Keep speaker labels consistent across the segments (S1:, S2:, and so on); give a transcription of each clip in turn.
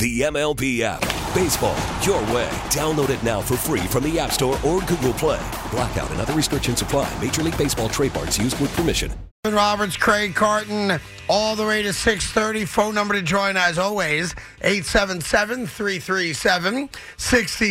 S1: The MLB app. Baseball, your way. Download it now for free from the App Store or Google Play. Blackout and other restrictions apply. Major League Baseball trademarks used with permission.
S2: Ben Roberts, Craig Carton, all the way to 6.30. Phone number to join, as always,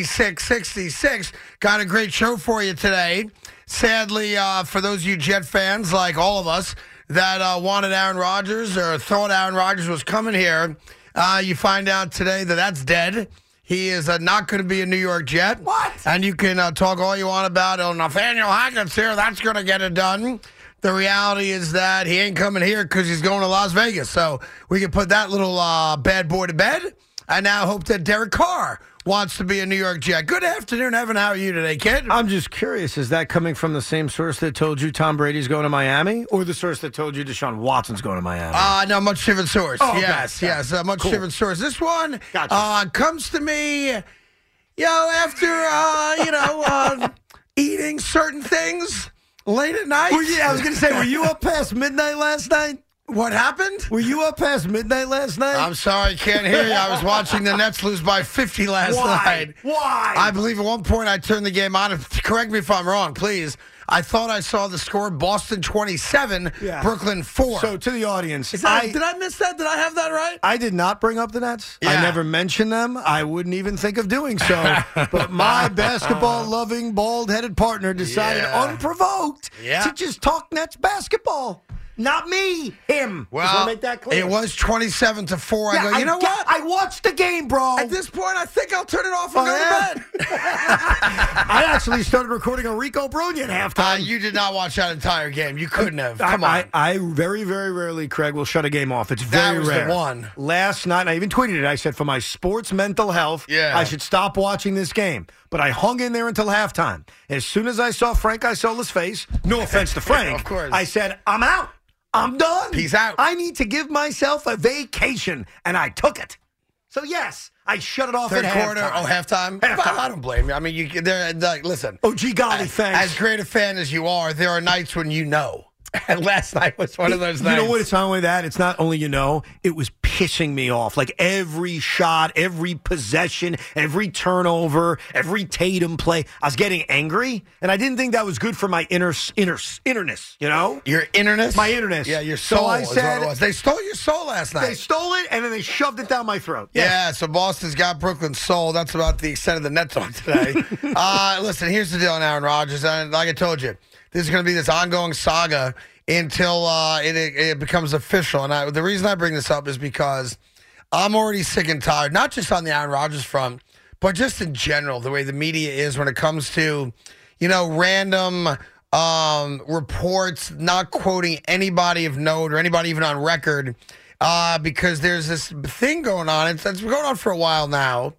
S2: 877-337-6666. Got a great show for you today. Sadly, uh, for those of you Jet fans, like all of us, that uh, wanted Aaron Rodgers or thought Aaron Rodgers was coming here, uh, you find out today that that's dead. He is uh, not going to be a New York Jet. What? And you can uh, talk all you want about, oh, Nathaniel Hackett's here. That's going to get it done. The reality is that he ain't coming here because he's going to Las Vegas. So we can put that little uh, bad boy to bed. I now hope that Derek Carr wants to be a New York Jet. Good afternoon, Evan. How are you today, kid?
S3: I'm just curious. Is that coming from the same source that told you Tom Brady's going to Miami, or the source that told you Deshaun Watson's going to Miami?
S2: Uh, no, much different source.
S3: Oh, okay.
S2: yes,
S3: Yeah.
S2: yes, uh, much
S3: Cool.
S2: different source. This one
S3: Gotcha.
S2: uh, comes to me, you know, after, uh, you know, uh, eating certain things late at night.
S3: Were you- I was going to say, were you up past midnight last night?
S2: What happened?
S3: Were you up past midnight last night?
S2: I'm sorry, can't hear you. I was watching the Nets lose by 50 last night.
S3: Why?
S2: I believe at one point I turned the game on. If- Correct me if I'm wrong, please. I thought I saw the score: Boston 27,
S3: Yeah.
S2: Brooklyn 4.
S3: so to the audience,
S2: Is that-
S3: I,
S2: did I miss that? Did I have that right?
S3: I did not bring up the Nets.
S2: Yeah.
S3: I never mentioned them. I wouldn't even think of doing so. but my basketball loving, bald headed partner decided
S2: Yeah.
S3: unprovoked
S2: Yeah.
S3: to just talk Nets basketball. Not me, him. Just wanna make that clear.
S2: it was 27 to 4.
S3: Yeah,
S2: I go, you know
S3: ga-
S2: what?
S3: I watched the game, bro.
S2: At this point, I think I'll turn it off and
S3: Oh,
S2: go
S3: yeah?
S2: to bed.
S3: I actually started recording a Rico Bruny at
S2: Uh,
S3: halftime.
S2: you did not watch that entire game. You couldn't have. Come on.
S3: I, I, I very, very rarely, Craig, will shut a game off. It's
S2: That
S3: very
S2: was the
S3: rare.
S2: one.
S3: Last night, I even tweeted it. I said, for my sports mental health,
S2: Yeah.
S3: I should stop watching this game. But I hung in there until halftime. As soon as I saw Frank Isola's face, no offense to Frank,
S2: Of course.
S3: I said, I'm out. I'm done.
S2: Peace out.
S3: I need to give myself a vacation, and I took it. So, yes, I shut it off
S2: Third
S3: at
S2: quarter,
S3: halftime.
S2: oh, halftime?
S3: Halftime.
S2: Well, I don't blame you. I mean, you, they're, like, listen.
S3: Oh, gee golly, thanks.
S2: As great a fan as you are, there are nights when you know. And last night was one of those
S3: you
S2: nights.
S3: know what? It's not only that. It's not only you know. It was pissing me off. Like every shot, every possession, every turnover, every Tatum play. I was getting angry, and I didn't think that was good for my inner inner innerness. You know,
S2: Your internet?
S3: My interness.
S2: Yeah, your
S3: So
S2: soul
S3: I
S2: is what
S3: said-
S2: it was. They stole your soul last night.
S3: they stole it and then they shoved it down my throat.
S2: Yeah, so Boston's got Brooklyn's soul. That's about the extent of the net talk today. uh, listen, here's the deal on Aaron Rodgers. And like I told you, this is going to be this ongoing saga until uh, it, it becomes official. And I, the reason I bring this up is because I'm already sick and tired, not just on the Aaron Rodgers front, but just in general, the way the media is when it comes to, you know, random um, reports, not quoting anybody of note or anybody even on record, uh, because there's this thing going on. It's, it's been going on for a while now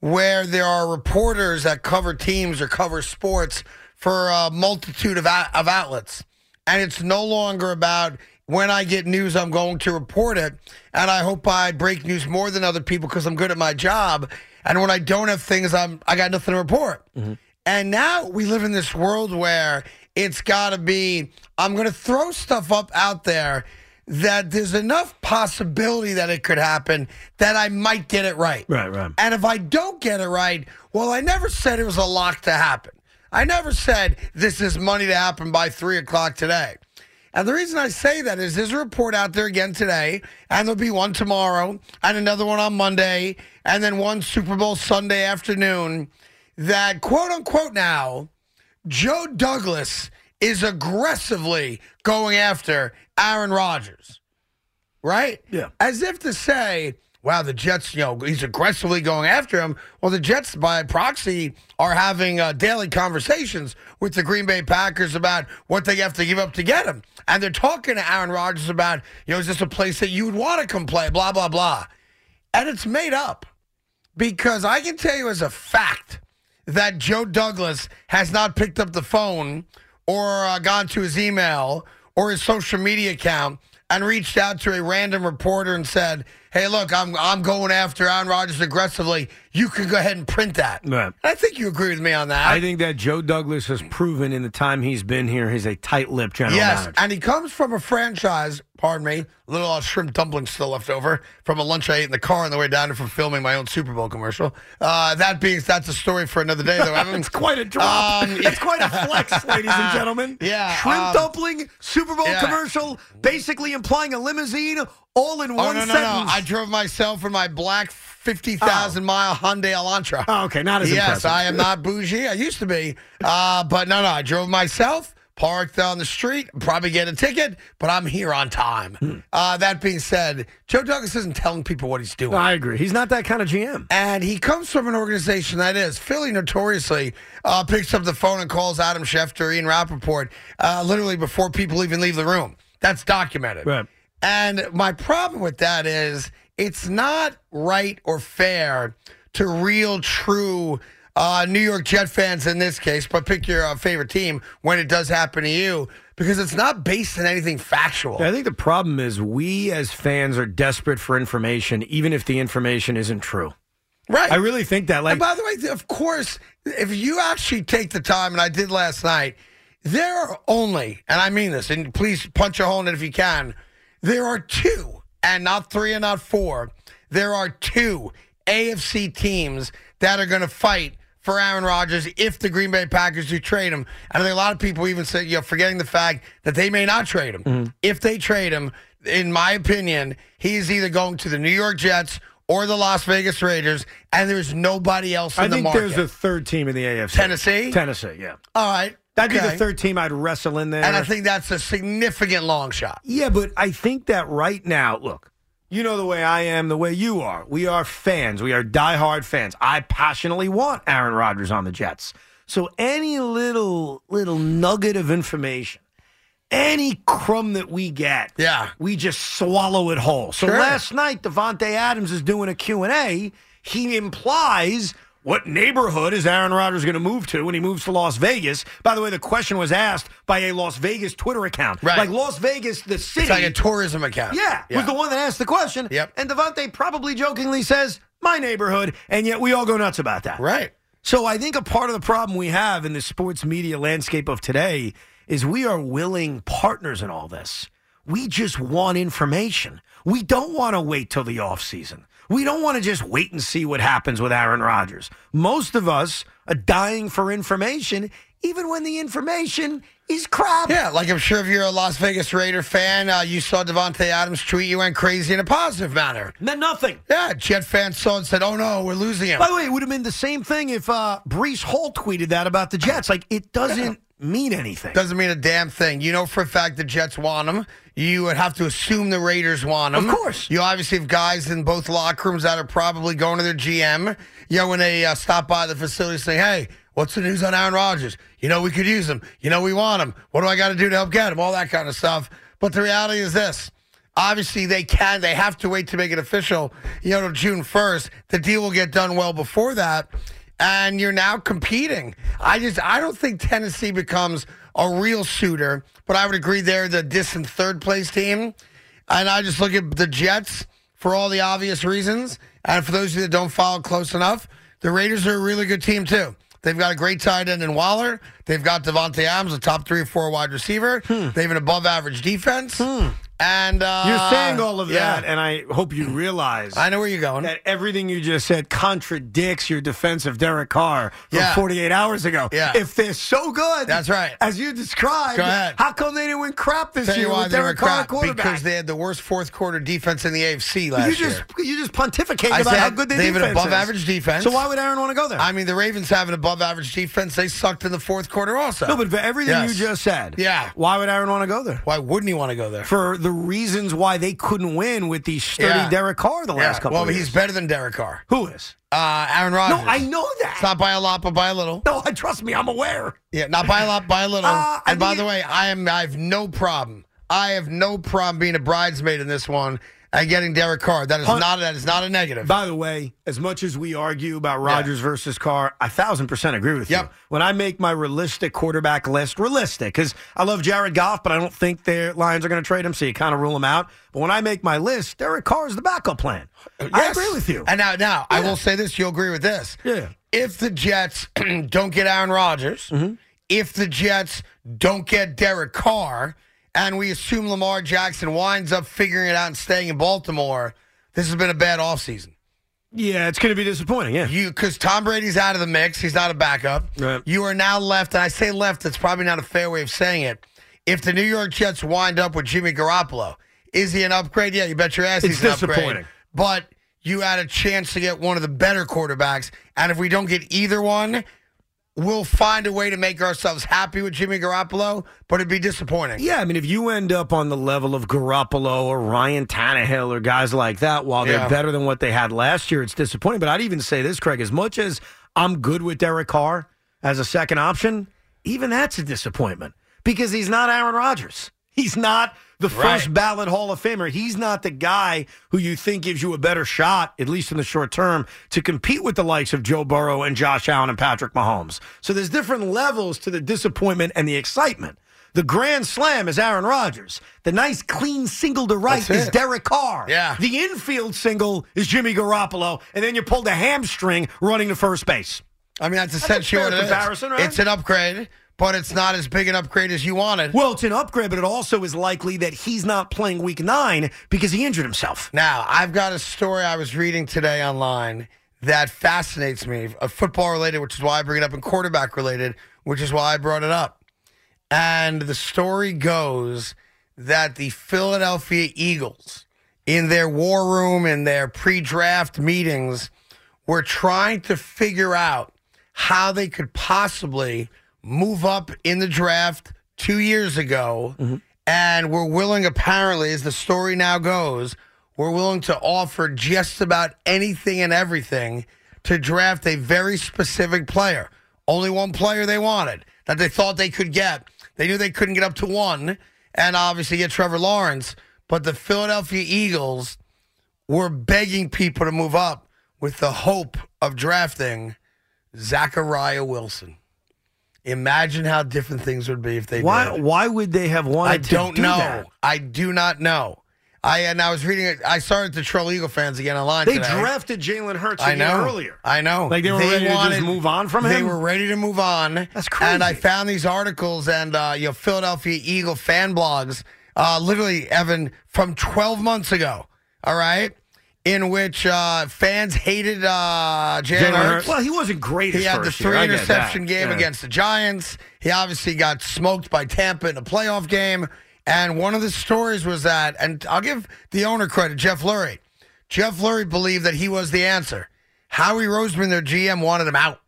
S2: where there are reporters that cover teams or cover sports for a multitude of, out- of outlets. And it's no longer about when I get news, I'm going to report it. And I hope I break news more than other people because I'm good at my job. And when I don't have things, I'm, I got nothing to report. And now we live in this world where it's got to be, I'm going to throw stuff up out there that there's enough possibility that it could happen that I might get it right.
S3: Right, right.
S2: And if I don't get it right, well, I never said it was a lock to happen. I never said this is money to happen by three o'clock today. And the reason I say that is there's a report out there again today, and there'll be one tomorrow, and another one on Monday, and then one Super Bowl Sunday afternoon that quote unquote now, Joe Douglas is aggressively going after Aaron Rodgers, right?
S3: Yeah.
S2: As if to say, wow, the Jets, you know, he's aggressively going after him. Well, the Jets, by proxy, are having uh, daily conversations with the Green Bay Packers about what they have to give up to get him. And they're talking to Aaron Rodgers about, you know, is this a place that you would want to come play, blah, blah, blah. And it's made up because I can tell you as a fact that Joe Douglas has not picked up the phone or uh, gone to his email or his social media account and reached out to a random reporter and said, "Hey, look, I'm I'm going after Aaron Rodgers aggressively. You can go ahead and print that."
S3: Right.
S2: And I think you agree with me on that.
S3: I think that Joe Douglas has proven in the time he's been here, he's a tight-lipped general
S2: Yes,
S3: manager.
S2: and he comes from a franchise. Pardon me, a little uh, shrimp dumplings still left over from a lunch I ate in the car on the way down here from filming my own Super Bowl commercial. Uh, that being, that's a story for another day, though. Evan.
S3: It's quite a drop.
S2: Um,
S3: it's quite a flex, ladies and gentlemen.
S2: Yeah,
S3: Shrimp
S2: um,
S3: dumpling, Super Bowl
S2: yeah.
S3: commercial, basically implying a limousine, all in
S2: Oh
S3: one
S2: no, no,
S3: sentence.
S2: no! I drove myself in my black fifty thousand mile Hyundai Elantra.
S3: Oh, okay, not as
S2: yes,
S3: impressive.
S2: I am not bougie. I used to be, uh, but no, no. I drove myself, parked on the street, probably get a ticket, but I'm here on time.
S3: Hmm.
S2: Uh, that being said, Joe Douglas isn't telling people what he's doing.
S3: I agree. He's not that kind of GM.
S2: And he comes from an organization that is Philly notoriously uh, picks up the phone and calls Adam Schefter, Ian Rappaport, uh, literally before people even leave the room. That's documented.
S3: Right.
S2: And my problem with that is it's not right or fair to real, true uh, New York Jet fans in this case, but pick your uh, favorite team when it does happen to you because it's not based on anything factual.
S3: I think the problem is we as fans are desperate for information, even if the information isn't true.
S2: right.
S3: I really think that. Like,
S2: and by the way, of course, if you actually take the time, and I did last night, there are only, and I mean this, and please punch a hole in it if you can, there are two, and not three and not four, there are two AFC teams that are going to fight for Aaron Rodgers if the Green Bay Packers do trade him. And I think a lot of people even say, you know, forgetting the fact that they may not trade him.
S3: Mm-hmm.
S2: If they trade him, in my opinion, he is either going to the New York Jets or the Las Vegas Raiders, and there's nobody else in
S3: I
S2: the
S3: think
S2: market.
S3: there's a third team in the AFC.
S2: Tennessee?
S3: Tennessee, yeah.
S2: All right.
S3: That'd be
S2: okay.
S3: the third team I'd wrestle in there.
S2: And I think that's a significant long shot.
S3: Yeah, but I think that right now, look, you know the way I am, the way you are. We are fans. We are diehard fans. I passionately want Aaron Rodgers on the Jets. So any little little nugget of information, any crumb that we get,
S2: Yeah.
S3: we just swallow it whole. So
S2: Sure.
S3: last night, Devontae Adams is doing a Q&A. He implies what neighborhood is Aaron Rodgers going to move to when he moves to Las Vegas? By the way, the question was asked by a Las Vegas Twitter account.
S2: Right.
S3: Like Las Vegas, the city.
S2: It's like a tourism account.
S3: yeah, was the one that asked the question.
S2: Yep.
S3: And Devontae probably jokingly says, my neighborhood, and yet we all go nuts about that.
S2: Right.
S3: So I think a part of the problem we have in the sports media landscape of today is we are willing partners in all this. We just want information. We don't want to wait till the offseason. We don't want to just wait and see what happens with Aaron Rodgers. Most of us are dying for information, even when the information is crap.
S2: Yeah, like I'm sure if you're a Las Vegas Raider fan, uh, you saw Devontae Adams tweet you went crazy in a positive manner.
S3: Meant nothing.
S2: Yeah, Jet fans saw and said, oh no, we're losing him.
S3: By the way, it would have been the same thing if uh, Brees Hall tweeted that about the Jets. Like, it doesn't mean anything.
S2: Doesn't mean a damn thing. You know for a fact the Jets want him. You would have to assume the Raiders want him.
S3: Of course.
S2: You obviously have guys in both locker rooms that are probably going to their GM. You know, when they uh, stop by the facility saying, hey, what's the news on Aaron Rodgers? You know, we could use him. You know, we want him. What do I got to do to help get him? All that kind of stuff. But the reality is this. Obviously, they can. They have to wait to make it official, you know, till June 1st. The deal will get done well before that. And you're now competing. I just, I don't think Tennessee becomes a real suitor, but I would agree they're the distant third place team. And I just look at the Jets for all the obvious reasons. And for those of you that don't follow close enough, the Raiders are a really good team, too. They've got a great tight end in Waller.
S3: Hmm.
S2: They've got Devontae Adams, a top three or four wide receiver. They have an above average defense. And uh,
S3: You're saying all of
S2: yeah.
S3: that, and I hope you realize
S2: I know where you're going.
S3: that everything you just said contradicts your defense of Derek Carr from
S2: Yeah.
S3: 48 hours ago.
S2: Yeah.
S3: If they're so good,
S2: That's right.
S3: as you described,
S2: Go ahead.
S3: how come they didn't win crap this
S2: Tell
S3: year
S2: you why
S3: with
S2: they were
S3: Derek Carr
S2: crap
S3: quarterback?
S2: because they had the worst fourth quarter defense in the AFC last
S3: you just
S2: year.
S3: you just pontificate
S2: I
S3: about
S2: said
S3: how good their
S2: they have an
S3: defense is.
S2: above-average defense.
S3: So why would Aaron want to go there?
S2: I mean, the Ravens have an above average defense. They sucked in the fourth quarter also.
S3: no, but for everything
S2: Yes.
S3: you just said,
S2: Yeah.
S3: why would Aaron want to go there?
S2: why wouldn't he want to go there?
S3: For the reasons why they couldn't win with the sturdy
S2: Yeah.
S3: Derek Carr the
S2: Yeah.
S3: last couple
S2: well,
S3: of years.
S2: he's better than Derek Carr.
S3: Who is?
S2: Uh, Aaron Rodgers.
S3: No, I know that.
S2: It's not by a lot, but by a little.
S3: No, I trust me, I'm aware.
S2: Yeah, not by a lot, by a little.
S3: Uh, I
S2: and by
S3: think
S2: the
S3: it-
S2: way, I am. I have no problem. I have no problem being a bridesmaid in this one and getting Derek Carr. That is
S3: Hun-
S2: not. That is not a negative.
S3: By the way, as much as we argue about Rodgers versus Carr, I thousand percent agree with you.
S2: Yep.
S3: When I make my realistic quarterback list, realistic, because I love Jared Goff, but I don't think their Lions are going to trade him, so you kind of rule him out. But when I make my list, Derek Carr is the backup plan. I
S2: Yes.
S3: agree with you.
S2: And now, now I
S3: Yeah.
S2: will say this. You'll agree with this.
S3: Yeah.
S2: If the Jets don't get Aaron Rodgers,
S3: Mm-hmm.
S2: if the Jets don't get Derek Carr, and we assume Lamar Jackson winds up figuring it out and staying in Baltimore, this has been a bad offseason.
S3: yeah, it's going to be disappointing. Yeah.
S2: You because Tom Brady's out of the mix. He's not a backup.
S3: Right.
S2: You are now left, and I say left. That's probably not a fair way of saying it. If the New York Jets wind up with Jimmy Garoppolo, is he an upgrade? Yeah, you bet your ass
S3: It's
S2: he's an upgrade.
S3: disappointing.
S2: But you had a chance to get one of the better quarterbacks, and if we don't get either one, we'll find a way to make ourselves happy with Jimmy Garoppolo. But it'd be disappointing.
S3: Yeah, I mean, if you end up on the level of Garoppolo or Ryan Tannehill or guys like that, while they're
S2: Yeah.
S3: better than what they had last year, it's disappointing. But I'd even say this, Craig, as much as I'm good with Derek Carr as a second option, even that's a disappointment because he's not Aaron Rodgers. He's not the
S2: Right.
S3: first ballot Hall of Famer. He's not the guy who you think gives you a better shot, at least in the short term, to compete with the likes of Joe Burrow and Josh Allen and Patrick Mahomes. So there's different levels to the disappointment and the excitement. The grand slam is Aaron Rodgers. The nice clean single to right
S2: That's
S3: is
S2: it.
S3: Derek Carr.
S2: Yeah.
S3: The infield single is Jimmy Garoppolo, and then you pulled a hamstring running to first base.
S2: I mean that's
S3: a
S2: essentially
S3: fair
S2: what it is.
S3: comparison, right?
S2: It's an upgrade, but it's not as big an upgrade as you wanted.
S3: Well, it's an upgrade, but it also is likely that he's not playing week nine because he injured himself.
S2: Now, I've got a story I was reading today online that fascinates me, uh, football related, which is why I bring it up, and quarterback related, which is why I brought it up. And the story goes that the Philadelphia Eagles, in their war room, in their pre draft meetings, were trying to figure out how they could possibly move up in the draft two years ago and were willing, apparently, as the story now goes, were willing to offer just about anything and everything to draft a very specific player. Only one player they wanted that they thought they could get. They knew they couldn't get up to one and obviously get Trevor Lawrence, but the Philadelphia Eagles we're begging people to move up with the hope of drafting Zachariah Wilson. Imagine how different things would be if they
S3: Why?
S2: did.
S3: Why would they have wanted?
S2: I don't
S3: to do
S2: know.
S3: That?
S2: I do not know. I and I was reading it. I started to troll Eagle fans again online.
S3: They
S2: today.
S3: drafted Jalen Hurts a
S2: I know.
S3: year earlier.
S2: I know.
S3: Like, they were ready to just move on from
S2: They
S3: him?
S2: were ready to move on.
S3: That's
S2: And I
S3: crazy.
S2: found these articles and uh, you know Philadelphia Eagle fan blogs, uh, literally Evan from 12 months ago. All right, in which uh, fans hated uh, Jalen Hurts.
S3: Well, he wasn't great.
S2: He
S3: his
S2: had the
S3: first
S2: three
S3: year. I get
S2: interception
S3: that.
S2: game
S3: Yeah.
S2: against the Giants. He obviously got smoked by Tampa in a playoff game. And one of the stories was that, and I'll give the owner credit, Jeff Lurie. Jeff Lurie believed that he was the answer. Howie Roseman, their GM, wanted him out.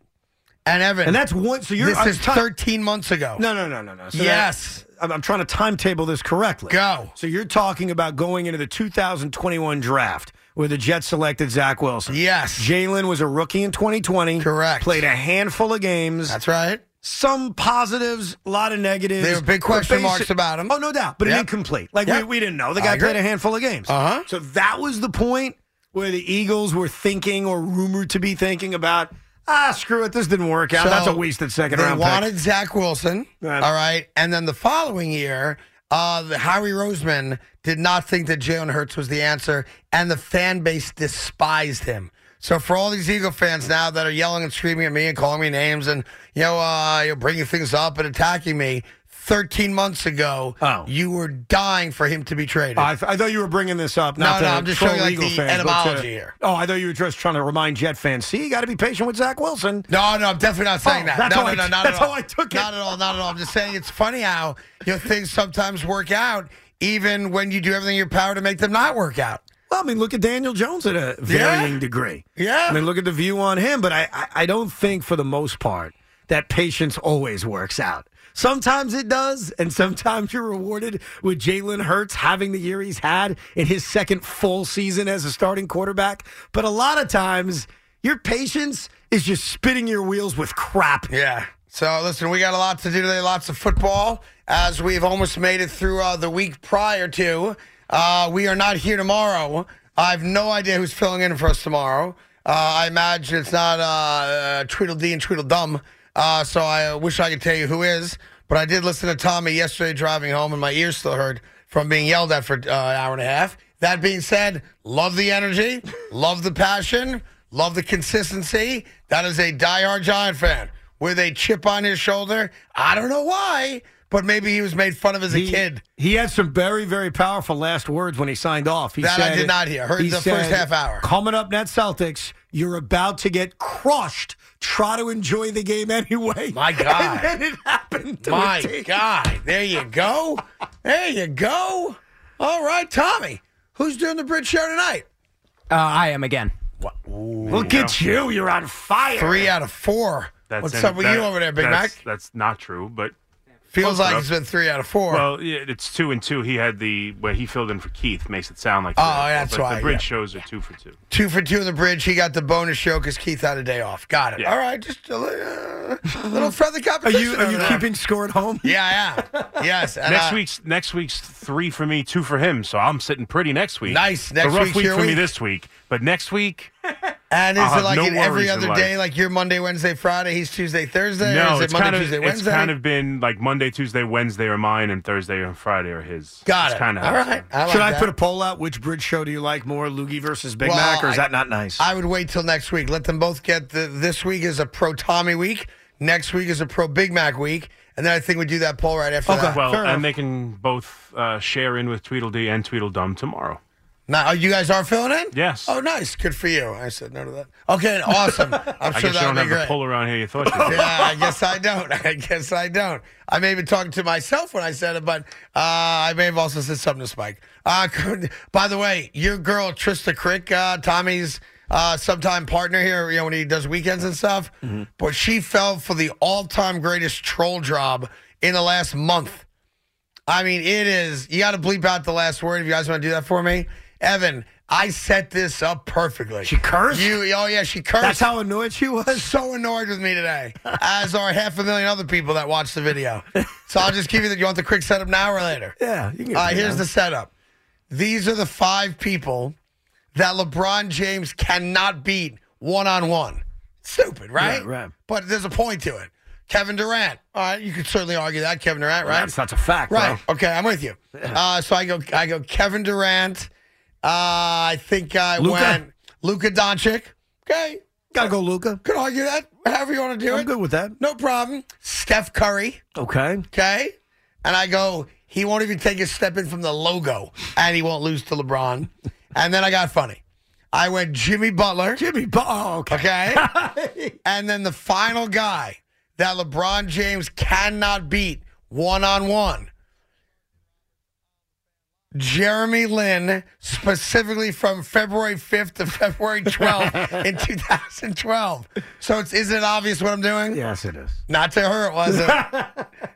S2: And Evan,
S3: And that's one. So you're.
S2: this
S3: I'm
S2: is
S3: ti-
S2: 13 months ago.
S3: No, no, no, no, no. So that-
S2: Yes.
S3: I'm, I'm trying to timetable this correctly.
S2: Go.
S3: So you're talking about going into the 2021 draft where the Jets selected Zach Wilson.
S2: Yes.
S3: Jalen was a rookie in 2020.
S2: Correct.
S3: Played a handful of games.
S2: That's right.
S3: some positives, a lot of negatives.
S2: There were big
S3: But
S2: question
S3: basi-
S2: marks about him.
S3: Oh, no doubt, but
S2: Yep.
S3: an incomplete. Like
S2: Yep.
S3: we, we didn't know the
S2: I
S3: guy
S2: agree.
S3: played a handful of games.
S2: Uh-huh.
S3: So that was the point where the Eagles were thinking or rumored to be thinking about. Ah, screw it. This didn't work out.
S2: So
S3: That's a wasted second
S2: they
S3: round
S2: wanted
S3: pick.
S2: Zach Wilson.
S3: Right.
S2: All right. And then the following year, uh, the Howie Roseman did not think that Jalen Hurts was the answer, and the fan base despised him. So for all these Eagle fans now that are yelling and screaming at me and calling me names and you know, uh, you know bringing things up and attacking me, 13 months ago,
S3: Oh.
S2: you were dying for him to be traded.
S3: I, I thought you were bringing this up. Not
S2: No,
S3: to
S2: no, I'm just
S3: troll
S2: showing you, like,
S3: Eagle
S2: the
S3: fans, but to-
S2: etymology here.
S3: Oh, I thought you were just trying to remind Jet fans. See, you got to be patient with Zach Wilson.
S2: no, no, I'm definitely not saying
S3: Oh,
S2: that.
S3: that's
S2: no,
S3: how
S2: no,
S3: I-
S2: no, not
S3: that's
S2: at all.
S3: how I took it.
S2: Not at all, not at all. I'm just saying it's funny how you know, things sometimes work out, even when you do everything in your power to make them not work out.
S3: Well, I mean, look at Daniel Jones at a varying degree.
S2: Yeah.
S3: I mean, look at the view on him, but I, I, I don't think for the most part that patience always works out. Sometimes it does, and sometimes you're rewarded with Jalen Hurts having the year he's had in his second full season as a starting quarterback. But a lot of times, your patience is just spitting your wheels with crap.
S2: Yeah. So listen, we got a lot to do today. Lots of football, as we've almost made it through uh, the week prior to. Uh, we are not here tomorrow. I have no idea who's filling in for us tomorrow. Uh, I imagine it's not uh, uh, Tweedledee and Tweedledum. Uh, so I wish I could tell you who is, but I did listen to Tommy yesterday driving home, and my ears still hurt from being yelled at for uh, an hour and a half. That being said, love the energy, love the passion, love the consistency. That is a diehard Giant fan with a chip on his shoulder. I don't know why, but maybe he was made fun of as a
S3: He-
S2: kid.
S3: He had some very, very powerful last words when he signed off. He
S2: That I
S3: said-
S2: did not hear. Heard
S3: he
S2: the first half hour.
S3: Coming up, Nets Celtics, you're about to get crushed. Try to enjoy the game anyway.
S2: My God.
S3: And then it happened to a
S2: My
S3: team.
S2: God. There you go. There you go. All right, Tommy. Who's doing the bridge show tonight?
S4: Uh, I am again.
S3: Look at you. You're on fire.
S2: Three out of four.
S5: That's
S2: What's
S5: in-
S2: up with
S5: that-
S2: you over there, Big
S5: that's,
S2: Mac?
S5: That's not true, but
S2: Feels like
S5: enough.
S2: it's been three out of four.
S5: well, yeah, it's two and two. He had the where he filled in for Keith makes it sound like
S2: Oh,
S5: three out of four,
S2: that's
S5: but
S2: why,
S5: the bridge
S2: yeah.
S5: shows are two for two.
S2: Two for two in the bridge. He got the bonus show because Keith had a day off. Got it.
S5: Yeah.
S2: All right, just a little, uh, little friendly
S3: Are
S2: competition.
S3: you are
S2: over
S3: you
S2: there.
S3: keeping score at home?
S2: Yeah, I am. Yes. and,
S5: Next
S2: uh,
S5: week's next week's three for me, two for him. So I'm sitting pretty next week.
S2: Nice.
S5: A
S2: Next
S5: rough
S2: week's
S5: week
S2: your
S5: for me
S2: week.
S5: this week, but next week,
S2: And is
S5: I'll
S2: it
S5: have
S2: like
S5: no
S2: in every
S5: worries in
S2: other
S5: life.
S2: day, like you're Monday, Wednesday, Friday, he's Tuesday, Thursday? or
S5: no,
S2: is it
S5: it's
S2: Monday,
S5: kind of
S2: Tuesday,
S5: it's
S2: Wednesday?
S5: kind of been like Monday, Tuesday, Wednesday are mine, and Thursday and Friday are his.
S2: Got
S5: It's
S2: it.
S5: Kind of
S2: All right. I like
S3: Should I
S2: that.
S3: put a poll out? Which bridge show do you like more, Loogie versus Big
S2: Well,
S3: Mac, or is
S2: I-
S3: that not nice?
S2: I would wait till next week. Let them both get the. This week is a pro Tommy week. Next week is a pro Big Mac week. And then I think we do that poll right after that.
S5: Well,
S3: Fair enough.
S5: and they can both uh, share in with Tweedledee and Tweedledum tomorrow.
S2: Now, oh, you guys are filling in?
S5: Yes.
S2: Oh, nice. Good for you. I said no to that. Okay, awesome. I'm sure
S5: I guess you
S2: that
S5: don't
S2: would
S5: have
S2: be
S5: the
S2: great.
S5: poll around here you thought you did.
S2: yeah, I guess I don't. I guess I don't. I may have been talking to myself when I said it, but uh, I may have also said something to Spike. Uh, by the way, your girl Trista Crick, uh, Tommy's uh, sometime partner here, you know, when he does weekends and stuff,
S3: Mm-hmm.
S2: but she fell for the all-time greatest troll job in the last month. I mean, it is. You got to bleep out the last word if you guys want to do that for me, Evan. I set this up perfectly.
S3: She cursed?
S2: You? Oh yeah, she cursed
S3: That's how annoyed she was.
S2: so annoyed with me today, as are half a million other people that watched the video. So I'll just give you the. You want the quick setup now or later?
S3: Yeah, you can.
S2: All right, here's the setup. These are the five people that LeBron James cannot beat one on one. Stupid, right?
S3: Yeah, right.
S2: But there's a point to it. Kevin Durant. All right, you could certainly argue that Kevin Durant, right?
S3: That's not a fact,
S2: Right.
S3: Bro.
S2: Okay, I'm with you. Uh, so I go, I go Kevin Durant. Uh, I think I
S3: Luka.
S2: went Luka Doncic. Okay,
S3: Gotta go, Luca.
S2: could argue that. However Oh, you want to do it.
S3: I'm good with that.
S2: No problem. Steph Curry,
S3: Okay.
S2: okay? And I go, he won't even take a step in from the logo, and he won't lose to LeBron. And then I got funny. I went Jimmy Butler,
S3: Jimmy. Bo- oh, okay.
S2: okay? and then the final guy that LeBron James cannot beat one on one. Jeremy Lin, specifically from February 5th to February 12th in 2012. So it's, is it obvious what I'm doing?
S3: Yes, it is.
S2: Not to her, was it?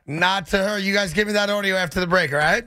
S2: Not to her. You guys give me that audio after the break, all right?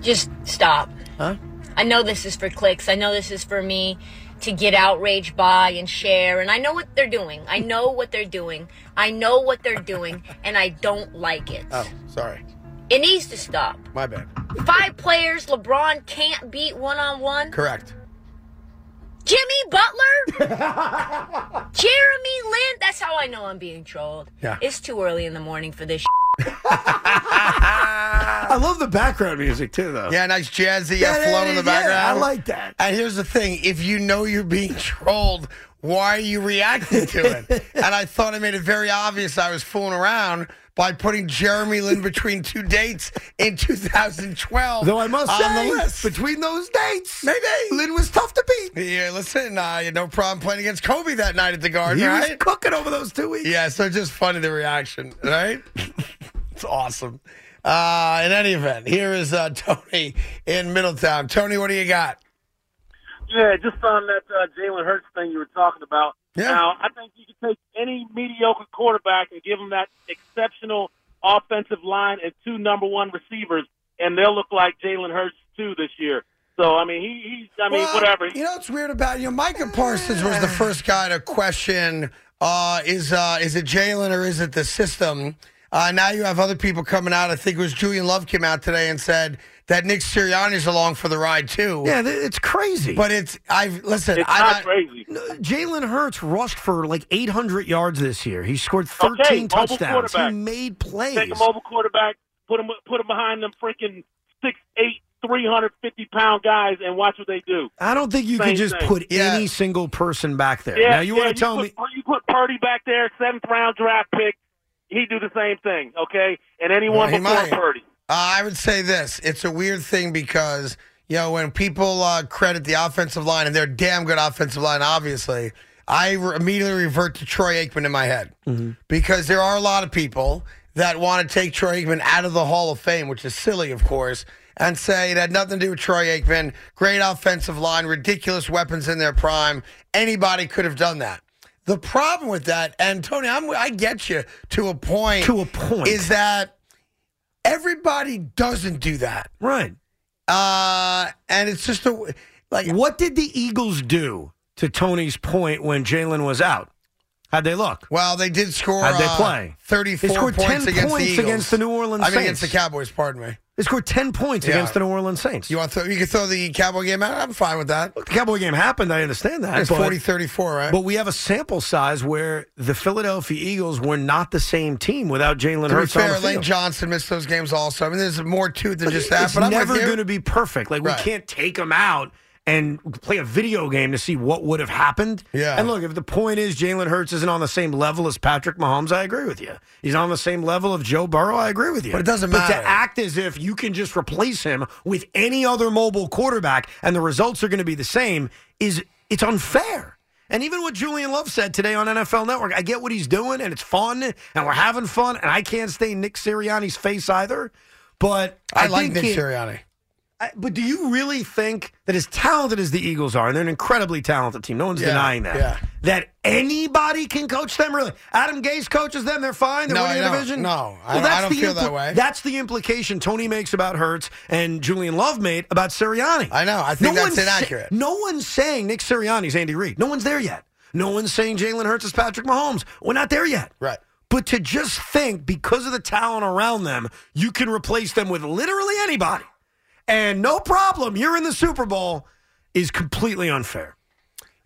S6: just stop. Huh? I know this is for clicks. I know this is for me to get outraged by and share. And I know what they're doing. I know what they're doing. I know what they're doing. And I don't like it.
S2: Oh, sorry,
S6: It needs to stop.
S2: my bad.
S6: Five players LeBron can't beat one on one.
S2: Correct.
S6: Jimmy Butler, Jeremy Lin. That's how I know I'm being trolled.
S2: Yeah.
S6: It's too early in the morning for this.
S3: I love the background music too, though.
S2: Yeah, nice jazzy uh, flow in the background.
S3: Yeah, I like that.
S2: And here's the thing: if you know you're being trolled, why are you reacting to it? and I thought I made it very obvious I was fooling around by putting Jeremy Lin between two dates in 2012.
S3: Though I must
S2: on
S3: say,
S2: the list.
S3: between those dates,
S2: Maybe.
S3: Lynn was tough to beat.
S2: yeah, listen, uh, you had no problem playing against Kobe that night at the Garden,
S3: He was
S2: right?
S3: cooking over those two weeks.
S2: Yeah, so just funny the reaction, right? it's awesome. Uh, in any event, here is uh, Tony in Middletown. Tony, what do you got?
S7: Yeah, just on that uh, Jalen Hurts thing you were talking about.
S2: Yeah.
S7: Now, I think you can take any mediocre quarterback and give them that exceptional offensive line and two number one receivers, and they'll look like Jalen Hurts too this year. So, I mean, he, he's, I mean,
S2: Well,
S7: whatever.
S2: You know what's weird about you? Micah Parsons was the first guy to question uh, is uh, is it Jalen or is it the system? Uh, now you have other people coming out. I think it was Julian Love came out today and said that Nick Sirianni's along for the ride too.
S3: Yeah, th- it's crazy.
S2: But it's I've listen.
S7: It's
S2: I'm
S7: not crazy.
S3: No, Jalen Hurts rushed for like 800 yards this year. He scored 13
S7: okay, mobile
S3: touchdowns. He
S7: quarterback.
S3: made plays.
S7: Take a mobile quarterback, put him put him behind them freaking six eight, three hundred fifty pound guys, and watch what they do.
S3: I don't think you can
S7: Same
S3: just
S7: thing.
S3: put any single person back there.
S7: Yeah,
S3: now you
S7: yeah,
S3: want to tell
S7: put,
S3: me
S7: You put Purdy back there, seventh round draft pick. He do the same thing, okay? And anyone
S2: Well, he
S7: before
S2: might.
S7: Purdy.
S2: Uh, I would say this: it's a weird thing because you know when people uh, credit the offensive line and they're a damn good offensive line, obviously. I re- immediately revert to Troy Aikman in my head because there are a lot of people that want to take Troy Aikman out of the Hall of Fame, which is silly, of course, and say it had nothing to do with Troy Aikman. Great offensive line, ridiculous weapons in their prime. Anybody could have done that. The problem with that, and Tony, I'm, I get you to a point.
S3: To a point.
S2: is that everybody doesn't do that,
S3: right?
S2: Uh, and it's just a like.
S3: What did the Eagles do to Tony's point when Jalen was out? How'd they look?
S2: Well, they did score.
S3: How'd they
S2: uh,
S3: play?
S2: Thirty-four
S3: They scored
S2: points
S3: 10
S2: against
S3: points
S2: the Eagles.
S3: against the New Orleans
S2: I mean,
S3: Saints.
S2: against the Cowboys. Pardon me.
S3: They scored 10 points
S2: Yeah.
S3: against the New Orleans Saints.
S2: You want to? You can throw the Cowboy game out. I'm fine with that.
S3: the Cowboy game happened. I understand that.
S2: It's
S3: but-
S2: 40-34, right?
S3: But we have a sample size where the Philadelphia Eagles were not the same team without Jalen
S2: to be
S3: Hurts on
S2: fair,
S3: the
S2: Lane
S3: field.
S2: Johnson missed those games also. I mean, there's more to it than just that.
S3: it's
S2: but I'm
S3: never
S2: with you.
S3: going to be perfect. Like
S2: Right.
S3: we can't take them out and play a video game to see what would have happened.
S2: Yeah.
S3: And look, if the point is Jalen Hurts isn't on the same level as Patrick Mahomes, I agree with you. He's on the same level of Joe Burrow, I agree with you.
S2: But it doesn't
S3: But
S2: matter.
S3: to act as if you can just replace him with any other mobile quarterback and the results are going to be the same is it's unfair. And even what Julian Love said today on NFL Network, I get what he's doing and it's fun and we're having fun and I can't stay in Nick Sirianni's face either. But
S2: I,
S3: I,
S2: like
S3: think
S2: Nick
S3: it-
S2: Sirianni.
S3: I- but do you really think that as talented as the Eagles are, and they're an incredibly talented team, no one's
S2: Yeah,
S3: denying that,
S2: yeah.
S3: that anybody can coach them? Really, Adam Gase coaches them; they're fine. They're
S2: No,
S3: winning
S2: I
S3: the
S2: don't.
S3: division.
S2: No, I don't- I don't feel that way.
S3: That's the implication Tony makes about Hertz and Julian Love made about Sirianni.
S2: I know. I think that's
S3: one's sa-
S2: inaccurate.
S3: no one's saying Nick Sirianni's Andy Reid. No one's there yet. No one's saying Jalen Hurts is Patrick Mahomes. We're not there yet.
S2: Right.
S3: But to just think because of the talent around them, you can replace them with literally anybody and no problem, you're in the Super Bowl is completely unfair.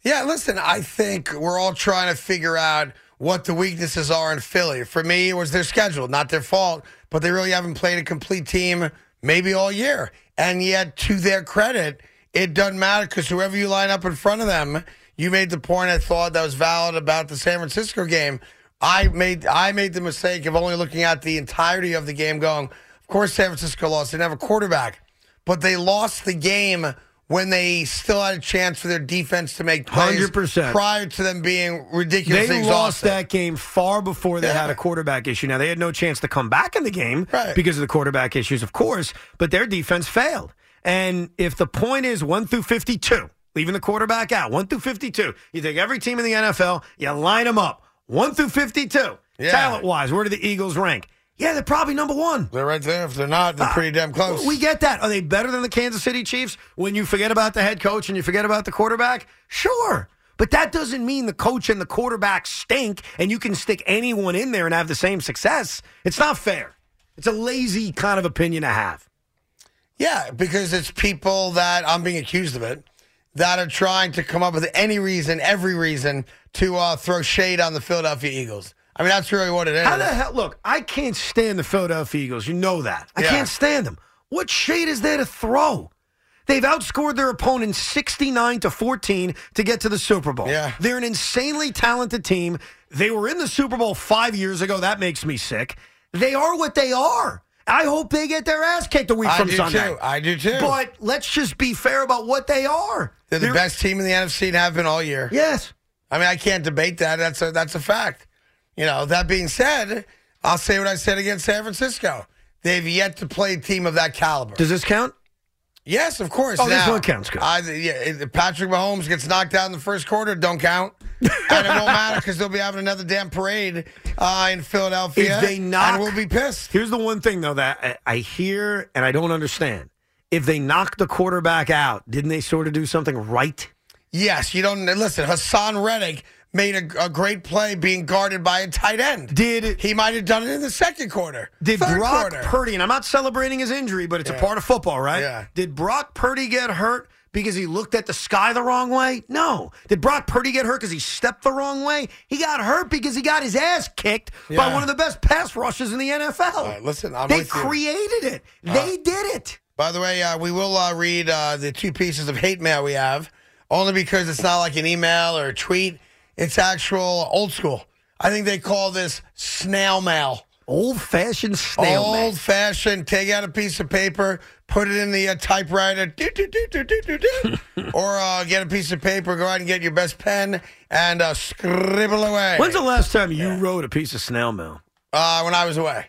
S2: Yeah, listen, I think we're all trying to figure out what the weaknesses are in Philly. For me, it was their schedule, not their fault, but they really haven't played a complete team maybe all year. And yet, to their credit, it doesn't matter because whoever you line up in front of them, you made the point I thought that was valid about the San Francisco game. I made I made the mistake of only looking at the entirety of the game, going, of course San Francisco lost. They didn't have a quarterback, but they lost the game when they still had a chance for their defense to make plays
S3: 100%.
S2: prior to them being ridiculously
S3: They lost
S2: exhausted.
S3: that game far before they
S2: Yeah.
S3: had a quarterback issue. Now, they had no chance to come back in the game
S2: Right.
S3: because of the quarterback issues, of course, but their defense failed. And if the point is 1 through 52, leaving the quarterback out, 1 through 52, you take every team in the NFL, you line them up, 1 through 52,
S2: Yeah.
S3: talent wise, where do the Eagles rank? Yeah, they're probably number one.
S2: They're right there. If they're not, they're pretty damn close.
S3: Ah, We get that. Are they better than the Kansas City Chiefs when you forget about the head coach and you forget about the quarterback? Sure. But that doesn't mean the coach and the quarterback stink and you can stick anyone in there and have the same success. It's not fair. It's a lazy kind of opinion to have.
S2: Yeah, because it's people that I'm being accused of it that are trying to come up with any reason, every reason to uh, throw shade on the Philadelphia Eagles. I mean, that's really what it is.
S3: How the hell? Look, I can't stand the Philadelphia Eagles. You know that. I
S2: Yeah.
S3: can't stand them. What shade is there to throw? They've outscored their opponent 69 to 14 to get to the Super Bowl.
S2: Yeah.
S3: They're an insanely talented team. They were in the Super Bowl five years ago. That makes me sick. They are what they are. I hope they get their ass kicked a week
S2: I
S3: from
S2: do
S3: Sunday.
S2: too. I do too.
S3: But let's just be fair about what they are.
S2: They're the best team in the NFC and have been all year.
S3: Yes.
S2: I mean, I can't debate that. That's a that's a fact. You know. That being said, I'll say what I said against San Francisco. They've yet to play a team of that caliber.
S3: Does this count?
S2: yes, of course.
S3: Oh, this
S2: now,
S3: one counts, good.
S2: I, yeah, if Patrick Mahomes gets knocked out in the first quarter. Don't count. and it won't matter because they'll be having another damn parade uh, in Philadelphia.
S3: If they knock-
S2: and we'll be pissed.
S3: Here's the one thing though that I, I hear and I don't understand. If they knocked the quarterback out, didn't they sort of do something right?
S2: Yes, you don't listen. Hassan Reddick made a, a great play being guarded by a tight end.
S3: Did
S2: he might have done it in the second quarter?
S3: Did
S2: third
S3: Brock
S2: quarter.
S3: Purdy, and I'm not celebrating his injury, but it's
S2: Yeah.
S3: a part of football, right?
S2: Yeah.
S3: Did Brock Purdy get hurt because he looked at the sky the wrong way? No. Did Brock Purdy get hurt because he stepped the wrong way? He got hurt because he got his ass kicked by
S2: Yeah.
S3: one of the best pass rushes in the NFL.
S2: All right, listen, I'm
S3: they
S2: with you.
S3: created it. They did it.
S2: By the way, uh, we will uh, read uh, the two pieces of hate mail we have, only because it's not like an email or a tweet. It's actual old school. I think they call this snail mail.
S3: Old fashioned snail
S2: old
S3: mail.
S2: fashioned. Take out a piece of paper, put it in the uh, typewriter, do, do, do, do, do, do, do. or uh, get a piece of paper, go out and get your best pen and uh, scribble away.
S3: When's the last time you wrote a piece of snail mail?
S2: uh, when I was away.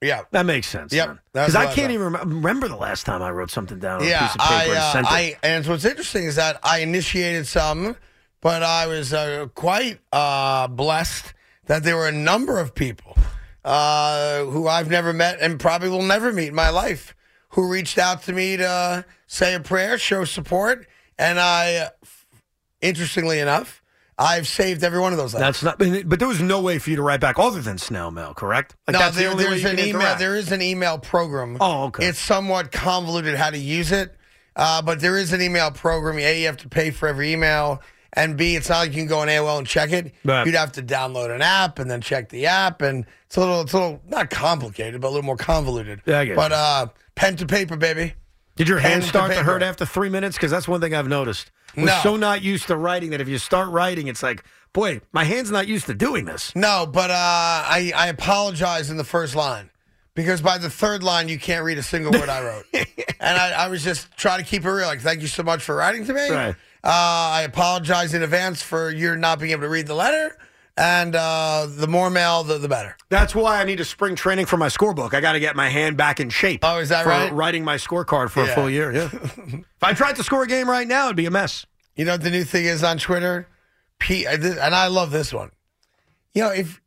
S2: Yeah.
S3: That makes sense.
S2: Yep, that's
S3: Because
S2: the
S3: I
S2: last
S3: can't
S2: time.
S3: even remem- remember the last time I wrote something down on a
S2: yeah,
S3: piece of paper
S2: I, uh,
S3: and sent it.
S2: I, and what's interesting is that I initiated some, but I was uh, quite uh, blessed that there were a number of people uh, who I've never met and probably will never meet in my life who reached out to me to say a prayer, show support, and I, interestingly enough, I've saved every one of those. letters.
S3: That's not, but there was no way for you to write back other than snail mail, correct?
S2: no,
S3: that's
S2: there-
S3: only way
S2: there's
S3: you
S2: an
S3: can
S2: email.
S3: interact.
S2: There is an email program.
S3: Oh, okay.
S2: It's somewhat convoluted how to use it, uh, but there is an email program. A, you have to pay for every email, and B, it's not like you can go on AOL and check it.
S3: Right.
S2: You'd have to download an app and then check the app, and it's a little, it's a little not complicated, but a little more convoluted.
S3: Yeah, I get
S2: But
S3: you.
S2: uh, pen to paper, baby.
S3: Did your
S2: pen
S3: hand
S2: to
S3: start to
S2: paper.
S3: hurt after three minutes? Because that's one thing I've noticed. We're
S2: No.
S3: so not used to writing that if you start writing, it's like, boy, my hand's not used to doing this.
S2: No, but uh, I, I apologize in the first line because by the third line, you can't read a single word I wrote. and I, I was just trying to keep it real. Like, thank you so much for writing to me.
S3: Right.
S2: Uh, I apologize in advance for your not being able to read the letter. And uh, the more mail, the, the better.
S3: That's why I need a spring training for my scorebook. I got to get my hand back in shape.
S2: Oh, is that
S3: for
S2: right?
S3: Writing my scorecard for
S2: Yeah.
S3: a full year. Yeah. if I tried to score a game right now, it'd be a mess.
S2: You know what the new thing is on Twitter? P, uh, and I love this one. You know, if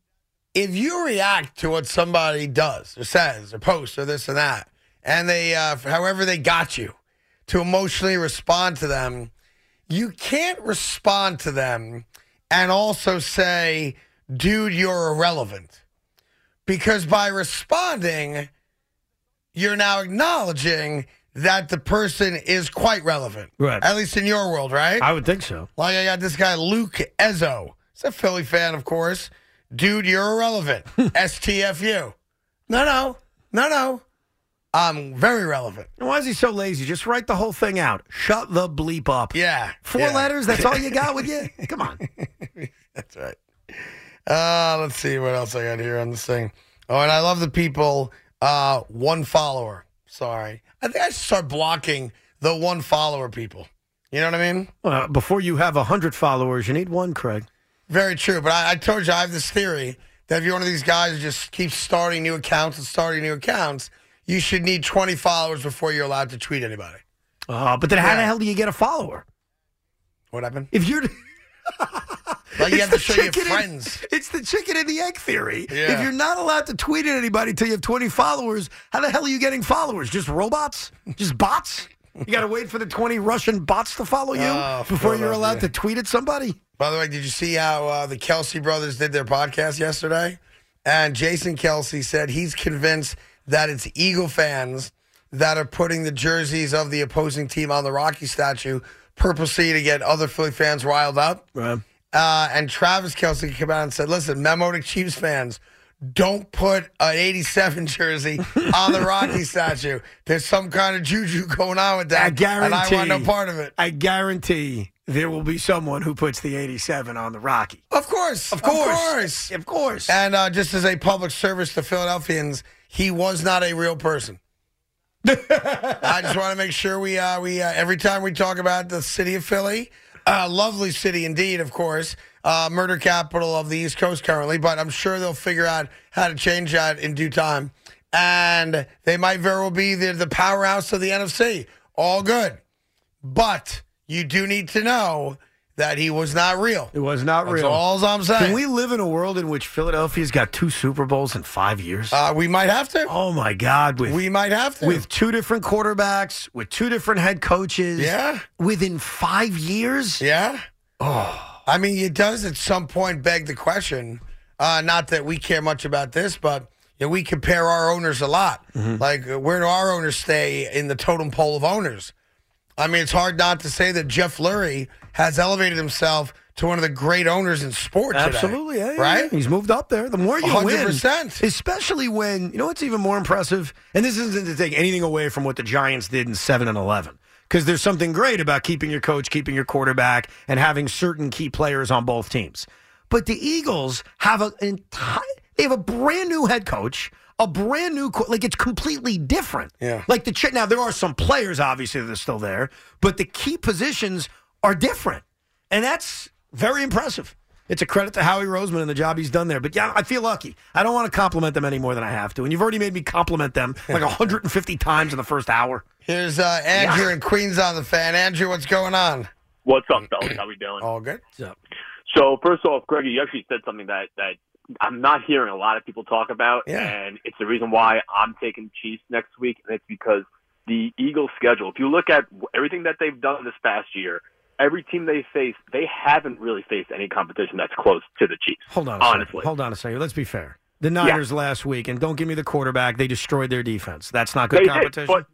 S2: if you react to what somebody does or says or posts or this and that, and they, uh, however they got you, to emotionally respond to them, you can't respond to them and also say, dude, you're irrelevant. Because by responding, you're now acknowledging that the person is quite relevant.
S3: Right.
S2: At least in your world, right?
S3: I would think so.
S2: Like I got this guy Luke Ezzo. He's a Philly fan, of course. Dude, you're irrelevant. STFU. No, no, no, no. I'm very relevant.
S3: And Why is he so lazy? Just write the whole thing out. Shut the bleep up.
S2: Yeah,
S3: Four
S2: yeah.
S3: letters. That's all you got with you. Come on.
S2: That's right. Uh, let's see what else I got here on this thing. Oh, and I love the people. Uh, one follower. Sorry, I think I should start blocking the one follower people. You know what I mean?
S3: Uh, before you have hundred followers, you need one, Craig.
S2: Very true. But I, I told you I have this theory that if you're one of these guys who just keeps starting new accounts and starting new accounts, you should need 20 followers before you're allowed to tweet anybody.
S3: Uh, but then how the
S2: Yeah.
S3: hell do you get a follower?
S2: What happened?
S3: If you're
S2: Like you
S3: It's
S2: have to
S3: the
S2: show your
S3: chicken and-
S2: friends.
S3: it's the chicken and the egg theory.
S2: Yeah.
S3: If you're not allowed to tweet at anybody till you have 20 followers, how the hell are you getting followers? Just robots? Just bots? You got to wait for the 20 Russian bots to follow you
S2: Oh,
S3: before you're
S2: Philadelphia.
S3: allowed to tweet at somebody?
S2: By the way, did you see how uh, the Kelsey brothers did their podcast yesterday? And Jason Kelsey said he's convinced that it's Eagle fans that are putting the jerseys of the opposing team on the Rocky statue purposely to get other Philly fans riled up.
S3: Right.
S2: Uh, and Travis Kelsey came out and said, listen, memo to Chiefs fans, don't put an 87 jersey on the Rocky statue. There's some kind of juju going on with that.
S3: I guarantee.
S2: And I want no part of it.
S3: I guarantee there will be someone who puts the 87 on the Rocky.
S2: Of course. Of Of course.
S3: Of course.
S2: And uh, just as a public service to Philadelphians, he was not a real person. I just want to make sure we uh, we uh, every time we talk about the city of Philly, uh, lovely city indeed, of course, uh, murder capital of the East Coast currently. But I'm sure they'll figure out how to change that in due time, and they might very well be the, the powerhouse of the NFC. All good, but you do need to know that he was not real.
S3: It was not
S2: That's
S3: real.
S2: all I'm saying.
S3: Can we live in a world in which Philadelphia's got two Super Bowls in five years?
S2: Uh, we might have to.
S3: oh my God! With
S2: We might have to.
S3: with two different quarterbacks, with two different head coaches,
S2: Yeah.
S3: within five years.
S2: yeah.
S3: Oh,
S2: I mean, it does at some point beg the question. Uh, not that we care much about this, but you know, we compare our owners a lot.
S3: Mm-hmm.
S2: Like, uh, where do our owners stay in the totem pole of owners? I mean, it's hard not to say that Jeff Lurie has elevated himself to one of the great owners in sports. today.
S3: Absolutely, yeah, yeah,
S2: right?
S3: yeah. He's moved up there. The more you win,
S2: 100%.
S3: especially when you know what's even more impressive. And this isn't to take anything away from what the Giants did in seven and eleven, because there's something great about keeping your coach, keeping your quarterback, and having certain key players on both teams. But the Eagles have an entire. They have a brand new head coach. A brand new, co- like it's completely different.
S2: Yeah.
S3: Like the ch- now, there are some players obviously that are still there, but the key positions are different. And that's very impressive. It's a credit to Howie Roseman and the job he's done there. But yeah, I feel lucky. I don't want to compliment them any more than I have to. And you've already made me compliment them like 150 times in the first hour.
S2: Here's uh, Andrew in Queens on the fan. Andrew, what's going on?
S8: What's up, fellas? How we doing?
S2: All good.
S8: So first off, Greggy, you actually said something that that I'm not hearing a lot of people talk about, and it's the reason why I'm taking Chiefs next week, and it's because the Eagles' schedule. If you look at w- everything that they've done this past year, every team they face, they haven't really faced any competition that's close to the Chiefs.
S3: Hold on, a
S8: honestly.
S3: Second. Hold on a second. Let's be fair. The Niners last week, and don't give me the quarterback. They destroyed their defense. That's not good
S8: they
S3: competition.
S8: Did,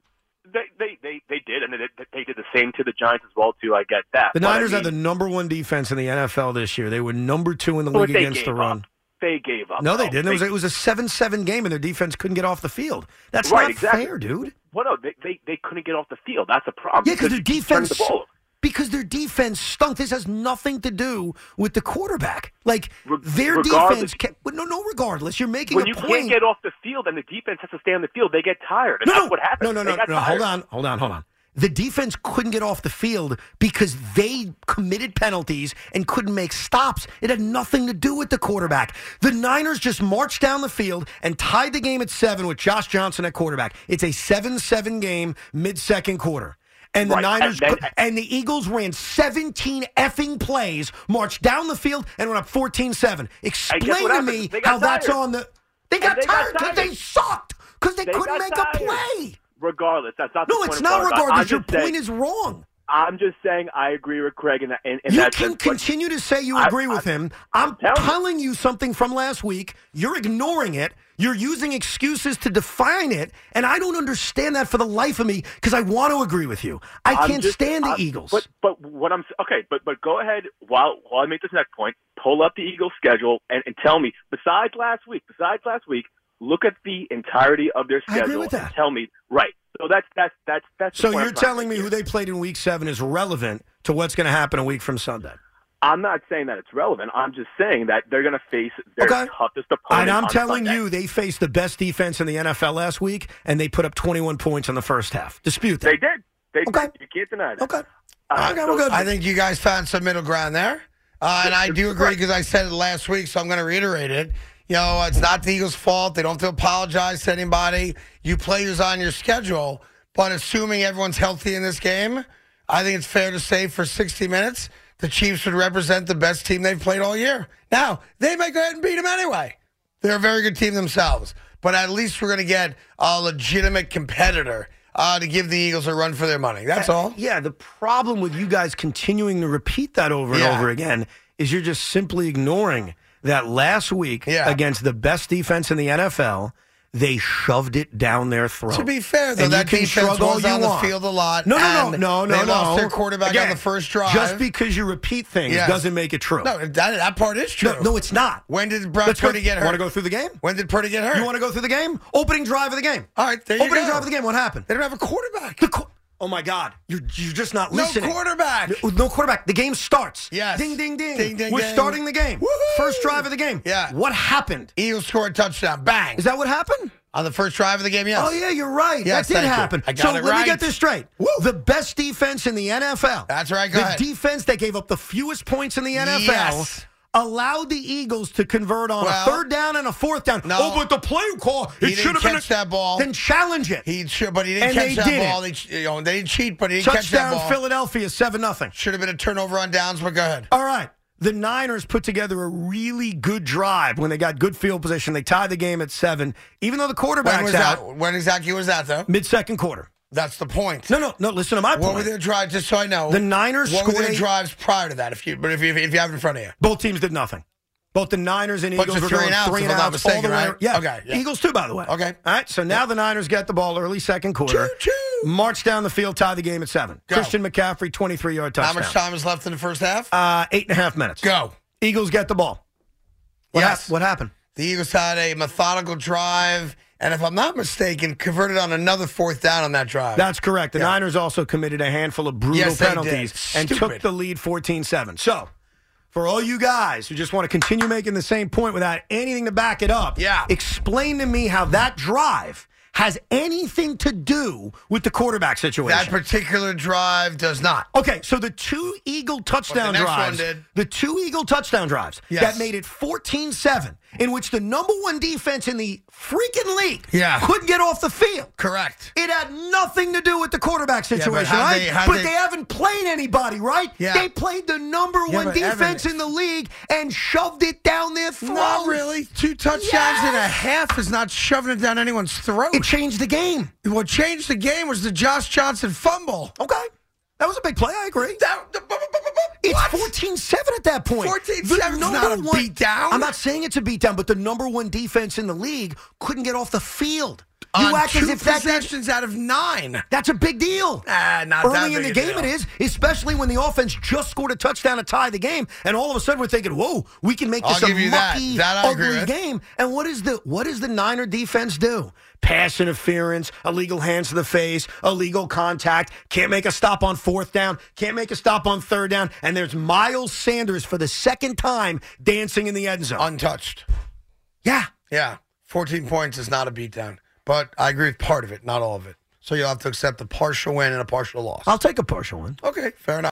S8: but they, they, they, they did, and they, did- they did the same to the Giants as well, too. I get that.
S3: the
S8: But I
S3: Niners
S8: mean,
S3: are the number one defense in the NFL this year. They were number two in the
S8: Well,
S3: league
S8: they
S3: against the
S8: gave
S3: run.
S8: they gave up.
S3: No, they
S8: though.
S3: didn't. It was, it was a seven-seven game, and their defense couldn't get off the field. That's
S8: right,
S3: not
S8: exactly.
S3: fair, dude.
S8: Well, no, they, they, they couldn't get off the field. That's a problem.
S3: Yeah, because their
S8: you keep turning
S3: defense
S8: The ball. over.
S3: because their defense stunk. This has nothing to do with the quarterback. Like their
S8: regardless-
S3: defense kept well, no no regardless. You're making
S8: When
S3: a
S8: you
S3: point.
S8: can't get off the field and the defense has to stay on the field, they get tired. And
S3: no,
S8: that's
S3: no,
S8: what happens.
S3: no, no,
S8: They
S3: no,
S8: got
S3: no. Hold
S8: tired.
S3: on, hold on, hold on. The defense couldn't get off the field because they committed penalties and couldn't make stops. It had nothing to do with the quarterback. The Niners just marched down the field and tied the game at seven with Josh Johnson at quarterback. It's a seven-seven game mid-second quarter. And the
S8: Right, and
S3: Niners
S8: then-
S3: cou- and the Eagles ran 17 effing plays, marched down the field, and went up 14-7.
S8: And guess
S3: Explain
S8: what
S3: to
S8: happened?
S3: me
S8: They got
S3: how that's
S8: tired.
S3: on the. They
S8: And
S3: got
S8: they got
S3: tired because
S8: tired.
S3: they sucked because they,
S8: They
S3: couldn't
S8: got
S3: make a
S8: tired.
S3: play.
S8: Regardless, that's not.
S3: No,
S8: the point
S3: it's
S8: I'm
S3: not
S8: talking about. I'm
S3: regardless. Your
S8: just saying-
S3: point is wrong.
S8: I'm just saying I agree with Craig in that. In, in
S3: You
S8: that
S3: can
S8: sense, but-
S3: continue to say you
S8: I-
S3: agree with him. I'm telling you something from last week. You're ignoring it. You're using excuses to define it, and I don't understand that for the life of me because I want to agree with you. I
S8: I'm
S3: can't
S8: just-
S3: stand the
S8: I'm-
S3: Eagles.
S8: But but what I'm okay, but but go ahead while while I make this next point, pull up the Eagles schedule and, and tell me besides last week, besides last week, look at the entirety of their
S3: I agree
S8: schedule
S3: with
S8: and tell me right. So that's that's that's that's the
S3: so
S8: point I'm
S3: you're
S8: trying to
S3: telling me who they played in Week Seven is relevant to what's going to happen a week from Sunday?
S8: I'm not saying that it's relevant. I'm just saying that they're going to face their
S3: Okay.
S8: toughest opponent.
S3: And I'm
S8: on
S3: telling
S8: Sunday.
S3: you, they faced the best defense in the NFL last week, and they put up 21 points in the first half. Dispute that.
S8: they did. They did. You can't deny that.
S3: Okay.
S8: Uh, so-
S2: I think you guys found some middle ground there. Uh, and I do agree because I said it last week, so I'm going to reiterate it. You know, it's not the Eagles' fault. They don't have to apologize to anybody. You players on your schedule, but assuming everyone's healthy in this game, I think it's fair to say for 60 minutes, the Chiefs would represent the best team they've played all year. Now, they might go ahead and beat them anyway. They're a very good team themselves, but at least we're going to get a legitimate competitor uh, to give the Eagles a run for their money. That's all.
S3: Yeah, the problem with you guys continuing to repeat that over and
S2: Yeah.
S3: over again is you're just simply ignoring that last week against the best defense in the NFL, they shoved it down their throat.
S2: To be fair, though,
S3: And you
S2: that
S3: can
S2: defense
S3: shrug all
S2: was
S3: you
S2: on the
S3: want.
S2: field a lot.
S3: No, no, no,
S2: and
S3: no, no.
S2: They
S3: no.
S2: lost their quarterback
S3: Again,
S2: on the first drive.
S3: Just because you repeat things
S2: Yes.
S3: doesn't make it true.
S2: No, that, that part is true.
S3: No, no, it's not.
S2: When did Brock
S3: Let's go-
S2: Purdy get hurt?
S3: Wanna go through the game?
S2: When did Purdy get hurt?
S3: You want to go through the game? Opening drive of the game.
S2: All right, there you
S3: Opening
S2: go.
S3: drive of the game. What happened?
S2: They don't have a quarterback.
S3: Oh my God, you're you're just not
S2: No
S3: listening.
S2: quarterback.
S3: No, no quarterback. The game starts.
S2: Yes.
S3: Ding ding ding.
S2: Ding, ding,
S3: We're
S2: ding.
S3: starting the game.
S2: Woohoo!
S3: First drive of the game.
S2: Yeah.
S3: What happened?
S2: Eagles score a touchdown. Bang.
S3: Is that what happened?
S2: on the first drive of the game, yes.
S3: Oh yeah, you're right.
S2: Yes,
S3: that did
S2: thank you.
S3: happen.
S2: I got
S3: so
S2: it
S3: let
S2: right.
S3: me get this straight. The best defense in the NFL.
S2: That's right, go
S3: the
S2: ahead.
S3: defense that gave up the fewest points in the NFL.
S2: Yes.
S3: Allowed the Eagles to convert on
S2: Well,
S3: a third down and a fourth down.
S2: no.
S3: oh, but the play call,
S2: He
S3: it
S2: didn't
S3: should have been a,
S2: catch that ball.
S3: Then challenge it.
S2: He should, but he didn't
S3: And
S2: catch
S3: they
S2: that
S3: did
S2: ball.
S3: it.
S2: They, ch- you know, they didn't cheat, but he didn't catch that
S3: Touchdown
S2: ball.
S3: Philadelphia, 7 0.
S2: Should have been a turnover on downs, but go ahead.
S3: All right. The Niners put together a really good drive when they got good field position. They tied the game at seven, even though the
S2: When
S3: quarterback's
S2: was
S3: out
S2: that? When exactly was that though?
S3: mid second quarter.
S2: That's the point.
S3: No, no, no. Listen to my
S2: What
S3: point.
S2: were their drives? Just so I know,
S3: The Niners
S2: What were
S3: scored
S2: their
S3: eight-
S2: drives prior to that? If you, but if you, if you have it in front of you,
S3: Both teams did nothing. Both the Niners and
S2: Bunch
S3: Eagles
S2: of
S3: were
S2: three
S3: going
S2: and outs,
S3: three
S2: if
S3: and
S2: I'm not
S3: outs all the
S2: mistaken,
S3: way.
S2: right?
S3: Yeah.
S2: Okay, yeah.
S3: Eagles too, by the way.
S2: Okay.
S3: All right. So now the Niners get the ball early second quarter. March down the field, tie the game at seven.
S2: Go.
S3: Christian McCaffrey, twenty-three yard
S2: how
S3: touchdown.
S2: much time is left in the first half?
S3: Uh, eight and a half minutes.
S2: Go.
S3: Eagles get the ball. What
S2: yes.
S3: hap- what happened?
S2: The Eagles had a methodical drive, and if I'm not mistaken, converted on another fourth down on that drive.
S3: That's correct. The
S2: Yeah.
S3: Niners also committed a handful of brutal
S2: Yes, they did.
S3: penalties and
S2: Stupid.
S3: took the lead 14 7. So, for all you guys who just want to continue making the same point without anything to back it up, yeah. explain to me how that drive has anything to do with the quarterback situation.
S2: That particular drive does not.
S3: Okay, so the two Eagle touchdown
S2: But the next one
S3: drives,
S2: did.
S3: the two Eagle touchdown drives
S2: Yes.
S3: that made it 14-7, in which the number one defense in the freaking league
S2: Yeah.
S3: couldn't get off the field.
S2: Correct.
S3: It had nothing to do with the quarterback
S2: Yeah, but
S3: situation,
S2: how'd
S3: right?
S2: they- how'd
S3: but
S2: they-
S3: they, haven't played anybody, right?
S2: Yeah.
S3: They played the number
S2: Yeah,
S3: one
S2: but Evan-
S3: defense in the league and shoved it down their throat.
S2: Not really. Two touchdowns and a half is not shoving it down anyone's throat.
S3: It changed the game.
S2: What changed the game was the Josh Johnson fumble.
S3: Okay. That was a big play. I agree.
S2: That, the-
S3: It's 14 7 at that point.
S2: 14-7 is not a beatdown.
S3: I'm not saying it's a beatdown, but the number one defense in the league couldn't get off the field.
S2: on
S3: You act as
S2: two
S3: if that did,
S2: possessions out of nine.
S3: that's a big deal.
S2: Ah, not that
S3: Early in
S2: big
S3: the
S2: a
S3: game,
S2: deal.
S3: it is, especially when the offense just scored a touchdown to tie the game, and all of a sudden we're thinking, "Whoa, we can make
S2: I'll
S3: this a
S2: give you that.
S3: mucky,
S2: That I agree
S3: ugly
S2: with.
S3: game." And what is the what does the Niner defense do? Pass interference, illegal hands to the face, illegal contact. Can't make a stop on fourth down. Can't make a stop on third down. And there's Miles Sanders for the second time dancing in the end zone.
S2: Untouched.
S3: yeah,
S2: Yeah. 14 points is not a beatdown. But I agree with part of it, not all of it. So you'll have to accept a partial win and a partial loss.
S3: I'll take a partial one.
S2: Okay, fair enough.